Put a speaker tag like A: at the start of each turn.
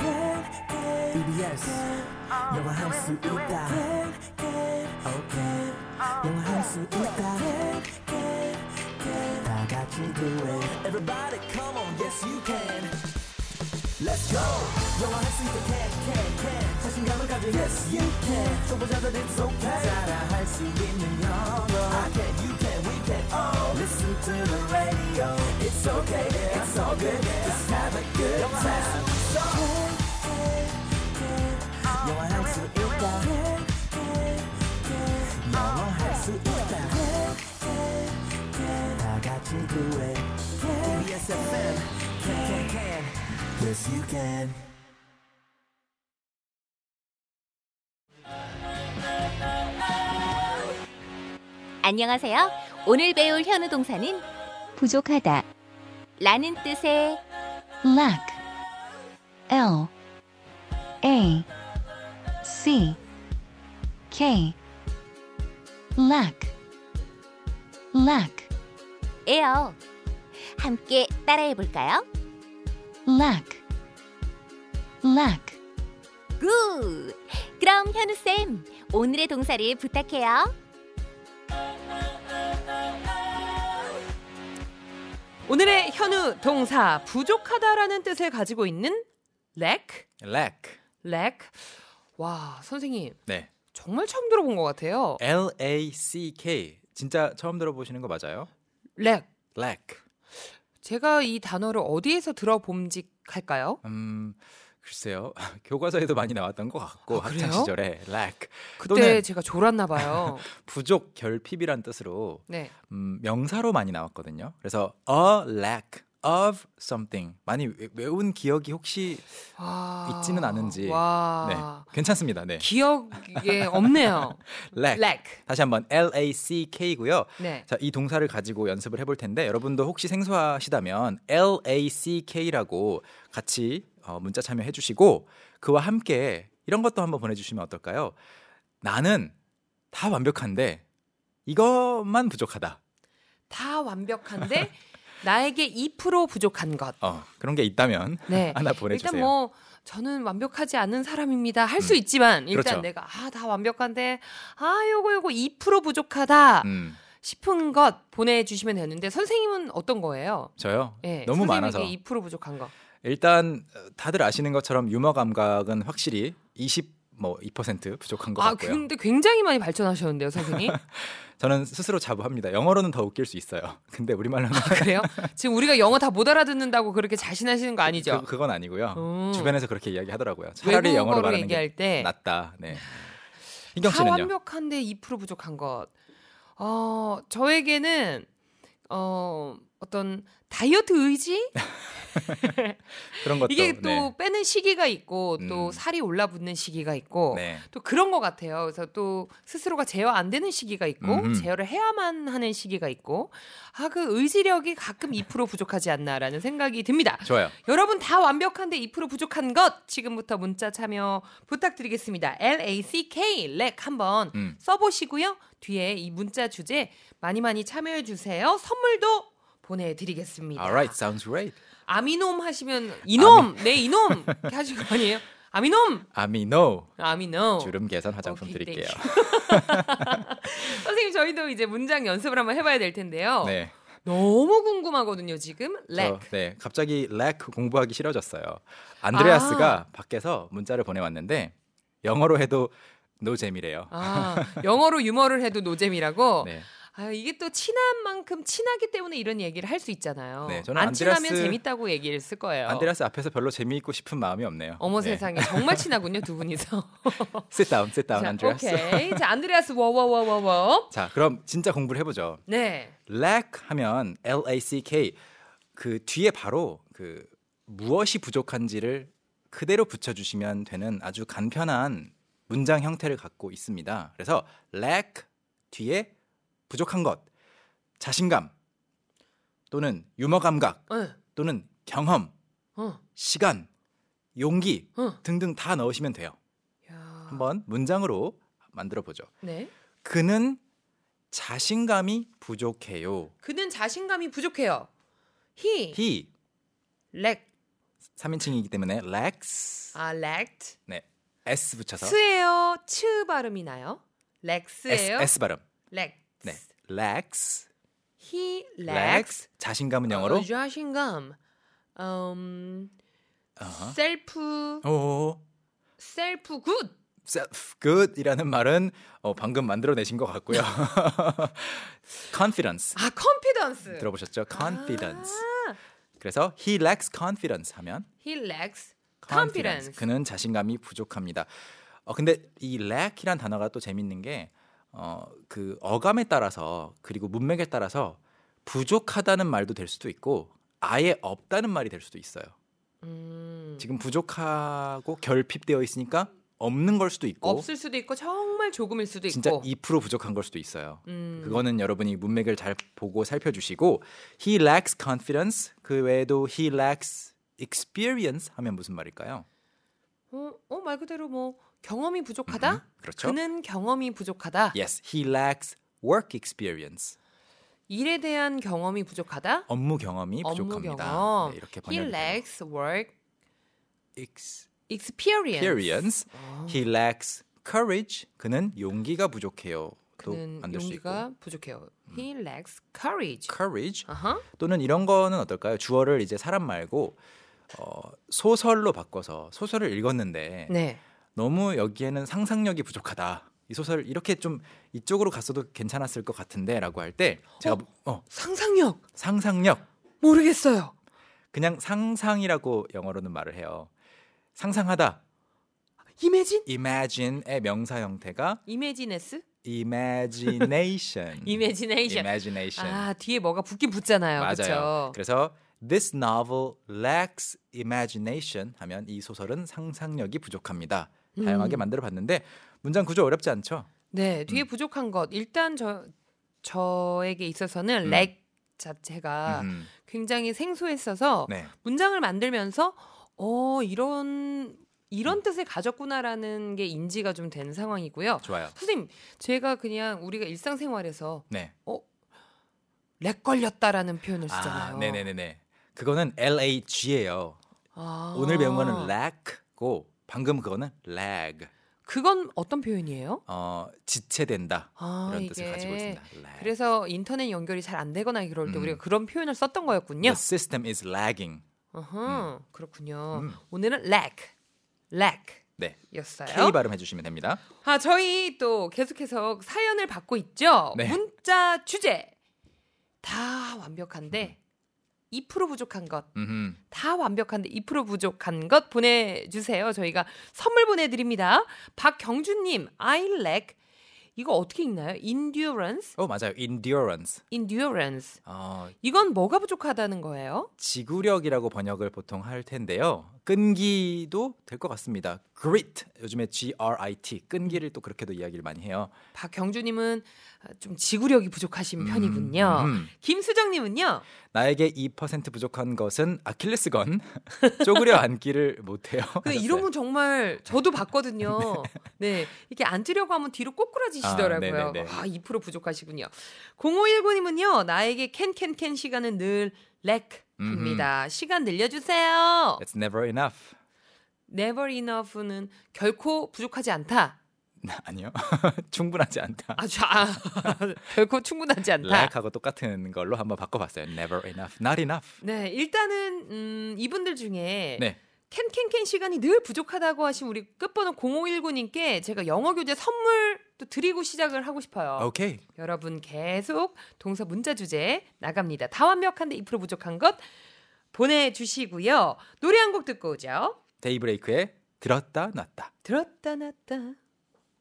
A: E yes 영화 할 수 있다 E okay 영화 할 수 있다 다 같이 do it everybody come on yes you can Let's go 영화 할 수 있다 can E can can 자신감을 가져 yes you can 초보자들 it's okay 따라할 수 있는 영어 I can you can we can all listen to the radio it's okay yeah. it's all good yeah. just have a good time so 영화 할 수 있다 영어 할수 있다 다 같이 do it TBS FM can can can yes you can
B: 안녕하세요. 오늘 배울 현우 동사는
C: 부족하다.
B: 라는 뜻의
C: lack. L A C K lack. lack.
B: 에요. 함께 따라해 볼까요?
C: lack. lack.
B: 굿! 그럼 현우 쌤, 오늘의 동사를 부탁해요.
D: 오늘의 현우 동사 부족하다라는 뜻을 가지고 있는 lack,
E: lack.
D: lack. 와 선생님
E: 네.
D: 정말 처음 들어본 것 같아요.
E: L A C K. 진짜 처음 들어보시는 거 맞아요?
D: lack.
E: lack.
D: 제가 이 단어를 어디에서 들어봄직할까요?
E: 음. 글쎄요. 교과서에도 많이 나왔던 것 같고
D: 아, 그래요?
E: 학창 시절에 lack
D: 그때
E: 또는
D: 제가 졸았나 봐요.
E: 부족 결핍이란 뜻으로
D: 네.
E: 음, 명사로 많이 나왔거든요. 그래서 a lack of something 많이 외- 외운 기억이 혹시
D: 와.
E: 있지는 않은지.
D: 아, 와.
E: 네, 괜찮습니다. 네.
D: 기억에 없네요.
E: lack.
D: lack.
E: 다시 한번 L A C K고요.
D: 네.
E: 자, 이 동사를 가지고 연습을 해볼 텐데 여러분도 혹시 생소하시다면 LACK라고 같이 어, 문자 참여해 주시고 그와 함께 이런 것도 한번 보내주시면 어떨까요? 나는 다 완벽한데 이것만 부족하다.
D: 다 완벽한데 나에게 2% 부족한 것.
E: 어, 그런 게 있다면
D: 네.
E: 하나 보내주세요.
D: 일단 뭐 저는 완벽하지 않은 사람입니다. 할 수 있지만 일단
E: 그렇죠.
D: 내가 아 다 완벽한데 아 요거 요거 2% 부족하다
E: 음,
D: 싶은 것 보내주시면 되는데 선생님은 어떤 거예요?
E: 저요?
D: 예,
E: 너무 많아서.
D: 선생님에게 2% 부족한 거.
E: 일단 어, 다들 아시는 것처럼 유머 감각은 확실히 20뭐2% 부족한 것
D: 아
E: 같고요.
D: 근데 굉장히 많이 발전하셨는데요, 선생님.
E: 저는 스스로 자부합니다. 영어로는 더 웃길 수 있어요. 근데 우리말로는
D: 그래요? 지금 우리가 영어 다 못 알아듣는다고 그렇게 자신하시는 거 아니죠?
E: 그, 건 아니고요.
D: 음.
E: 주변에서 그렇게 이야기하더라고요. 차라리 영어로
D: 외국어로
E: 말하는 게
D: 얘기할 때
E: 낫다. 네. 희경
D: 다
E: 씨는요?
D: 완벽한데 2% 부족한 것. 어, 저에게는 어, 어떤 다이어트 의지?
E: 그런 것도
D: 이게 또
E: 네.
D: 빼는 시기가 있고 또
E: 음.
D: 살이 올라붙는 시기가 있고
E: 네.
D: 또 그런 것 같아요. 그래서 또 스스로가 제어 안 되는 시기가 있고
E: 음흠.
D: 제어를 해야만 하는 시기가 있고 아 그 의지력이 가끔 2% 부족하지 않나라는 생각이 듭니다.
E: 좋아요.
D: 여러분 다 완벽한데 2% 부족한 것 지금부터 문자 참여 부탁드리겠습니다. L A C K 렉 한번
E: 음.
D: 써보시고요. 뒤에 이 문자 주제 많이 많이 참여해 주세요. 선물도 보내드리겠습니다.
E: Alright, sounds great.
D: 아미놈 하시면 이놈 내 이놈 이렇게 하실 거 아니에요? 아미놈
E: 아미노
D: 아미놈
E: 주름 개선 화장품
D: 오케이,
E: 드릴게요.
D: 선생님 저희도 이제 문장 연습을 한번 해봐야 될 텐데요.
E: 네.
D: 너무 궁금하거든요 지금 렉.
E: 저, 네. 갑자기 lack 공부하기 싫어졌어요. 안드레아스가 밖에서 문자를 보내왔는데 영어로 해도 노잼이래요.
D: 아 영어로 유머를 해도 노잼이라고.
E: 네.
D: 아 이게 또 친한 만큼 친하기 때문에 이런 얘기를 할 수 있잖아요.
E: 네, 저는
D: 안
E: 안드레아스-
D: 친하면 재밌다고 얘기를 쓸 거예요.
E: 안드레아스 앞에서 별로 재미있고 싶은 마음이 없네요.
D: 어. 어머
E: 네.
D: 세상에 정말 친하군요 두 분이서.
E: Sit down, sit down,
D: 자,
E: 안드레아스.
D: 오케이. 자 안드레아스 워워워워워.
E: 자, 그럼 진짜 공부를 해보죠.
D: 네.
E: lack 하면 L A C K 그 뒤에 바로 그 무엇이 부족한지를 그대로 붙여 주시면 되는 아주 간편한 문장 형태를 갖고 있습니다. 그래서 lack 뒤에 부족한 것, 자신감 또는 유머 감각
D: 응.
E: 또는 경험,
D: 응.
E: 시간, 용기
D: 응.
E: 등등 다 넣으시면 돼요.
D: 야.
E: 한번 문장으로 만들어 보죠.
D: 네.
E: 그는 자신감이 부족해요.
D: 그는 자신감이 부족해요. He,
E: he
D: lack,
E: 삼인칭이기 때문에 lacks
D: 아 lacked
E: 네. S 붙여서
D: 스예요? 츠 발음이 나요?
E: S,
D: 렉스예요?
E: S 발음.
D: 렉스.
E: 네. Lex.
D: He lacks
E: Lex. 자신감은 영어로
D: 어, 자신감. 음,
E: 어허.
D: 셀프
E: 오.
D: 셀프 굿.
E: self good이라는 말은 어, 방금 만들어내신 것 같고요. confidence
D: 아, 컨피던스.
E: 들어보셨죠? confidence. 그래서 he lacks confidence 하면
D: He lacks confidence.
E: confidence. 그는 자신감이 부족합니다. 어 근데 이 lack이란 단어가 또 재밌는 게어그 어감에 따라서 그리고 문맥에 따라서 부족하다는 말도 될 수도 있고 아예 없다는 말이 될 수도 있어요.
D: 음,
E: 지금 부족하고 결핍되어 있으니까 없는 걸 수도 있고
D: 없을 수도 있고 정말 조금일 수도 있고.
E: 뭐? 진짜 2% 부족한 걸 수도 있어요.
D: 음,
E: 그거는 여러분이 문맥을 잘 보고 살펴주시고 he lacks confidence 그 외에도 he lacks experience 하면 무슨 말일까요?
D: 어, 어, 말 그대로 뭐 경험이 부족하다?
E: 음, 그렇죠. 예.
D: 그는 경험이 부족하다.
E: Yes, he lacks work experience.
D: 일에 대한 경험이 부족하다.
E: 업무 어, 경험이
D: 업무
E: 부족합니다.
D: 경험.
E: 네,
D: He
E: 이렇게 번역이 돼요.
D: lacks work
E: experience.
D: experience. 어,
E: He lacks courage. 그는 용기가 부족해요. 도
D: 그는
E: 만들 수 있고. 음.
D: 용기가 부족해요. He lacks courage.
E: courage
D: 아하.
E: 또는 이런 거는 어떨까요? 주어를 이제 사람 말고 어, 소설로 바꿔서 소설을 읽었는데
D: 네.
E: 너무 여기에는 상상력이 부족하다. 이 소설 이렇게 좀 이쪽으로 갔어도 괜찮았을 것 같은데라고 할 때 제가 어?
D: 상상력
E: 상상력
D: 모르겠어요.
E: 그냥 상상이라고 영어로는 말을 해요. 상상하다
D: Imagine?
E: imagine의 명사 형태가
D: Imaginess?
E: 음. imagination.
D: Imagination.
E: imagination.
D: 아 뒤에 뭐가 붙긴 붙잖아요. 그쵸?
E: 맞아요. 그래서 this novel lacks imagination 하면 이 소설은 상상력이 부족합니다. 다양하게
D: 음.
E: 만들어 봤는데 문장 구조 어렵지 않죠? 음.
D: 네 뒤에 부족한 것 일단 저 저에게 있어서는
E: 음.
D: lack 자체가
E: 음,
D: 굉장히 아, 생소했어서
E: 네.
D: 문장을 만들면서 어 이런
E: 음.
D: 이런 뜻을 가졌구나라는 게 인지가 좀 된 상황이고요.
E: 좋아요.
D: 선생님, 제가 그냥 우리가 일상생활에서
E: 네.
D: 렉 걸렸다라는 표현을 쓰잖아요.
E: 아, 네, 네, 네, 네. 그거는 lag예요.
D: 아.
E: 오늘 배운 거는 lack고 방금 그거는 lag.
D: 그건 어떤 표현이에요?
E: 어, 지체된다.
D: 아,
E: 이런
D: 이게
E: 뜻을 가지고 있습니다. lag.
D: 그래서 인터넷 연결이 잘 안 되거나 그럴 때
E: 음.
D: 우리가 그런 표현을 썼던 거였군요.
E: The system is lagging.
D: 어허, 그렇군요.
E: 음.
D: 오늘은 lack, lack였어요.
E: 네. K 발음 해 주시면 됩니다.
D: 아, 저희 또 계속해서 사연을 받고 있죠.
E: 네.
D: 문자 주제 다 완벽한데 2% 부족한 것.
E: 음흠.
D: 다 완벽한데 2% 부족한 것 보내주세요. 저희가 선물 보내드립니다. 박경준님, I lack 이거 어떻게 읽나요? Endurance,
E: 어, 맞아요. endurance.
D: endurance.
E: 어,
D: 이건 뭐가 부족하다는 거예요?
E: 지구력이라고 번역을 보통 할 텐데요. 끈기도 될 것 같습니다. grit. 요즘에 G R I T. 끈기를 또 그렇게도 이야기를 많이 해요.
D: 박경준님은 아, 좀 지구력이 부족하신
E: 음,
D: 편이군요.
E: 음.
D: 김수정님은요,
E: 나에게 2% 부족한 것은 아킬레스건 쪼그려 앉기를 못해요.
D: 그 이런 분 정말 저도 봤거든요. 네. 이렇게 앉으려고 하면 뒤로
E: 아,
D: 꼬꾸라지시더라고요.
E: 네네네.
D: 아, 2% 부족하시군요. 0519님은요, 나에게 캔캔캔 시간은 늘 렉입니다. 시간 늘려주세요.
E: It's never enough.
D: Never enough는 결코 부족하지 않다.
E: 아니요. 충분하지 않다.
D: 아, 자, 아, 결코 충분하지 않다.
E: lack하고 똑같은 걸로 한번 바꿔봤어요. Never enough, not enough.
D: 네, 일단은, 음, 이분들 중에
E: 네,
D: 캔캔캔 시간이 늘 부족하다고 하신 우리 끝번호 0519님께 제가 영어 교재 선물 또 드리고 시작을 하고 싶어요.
E: 오케이.
D: 여러분 계속 동서 문자 주제 나갑니다. 다 완벽한데 2% 부족한 것 보내주시고요. 노래 한 곡 듣고 오죠.
E: 데이브레이크에 들었다 놨다.
D: 들었다 놨다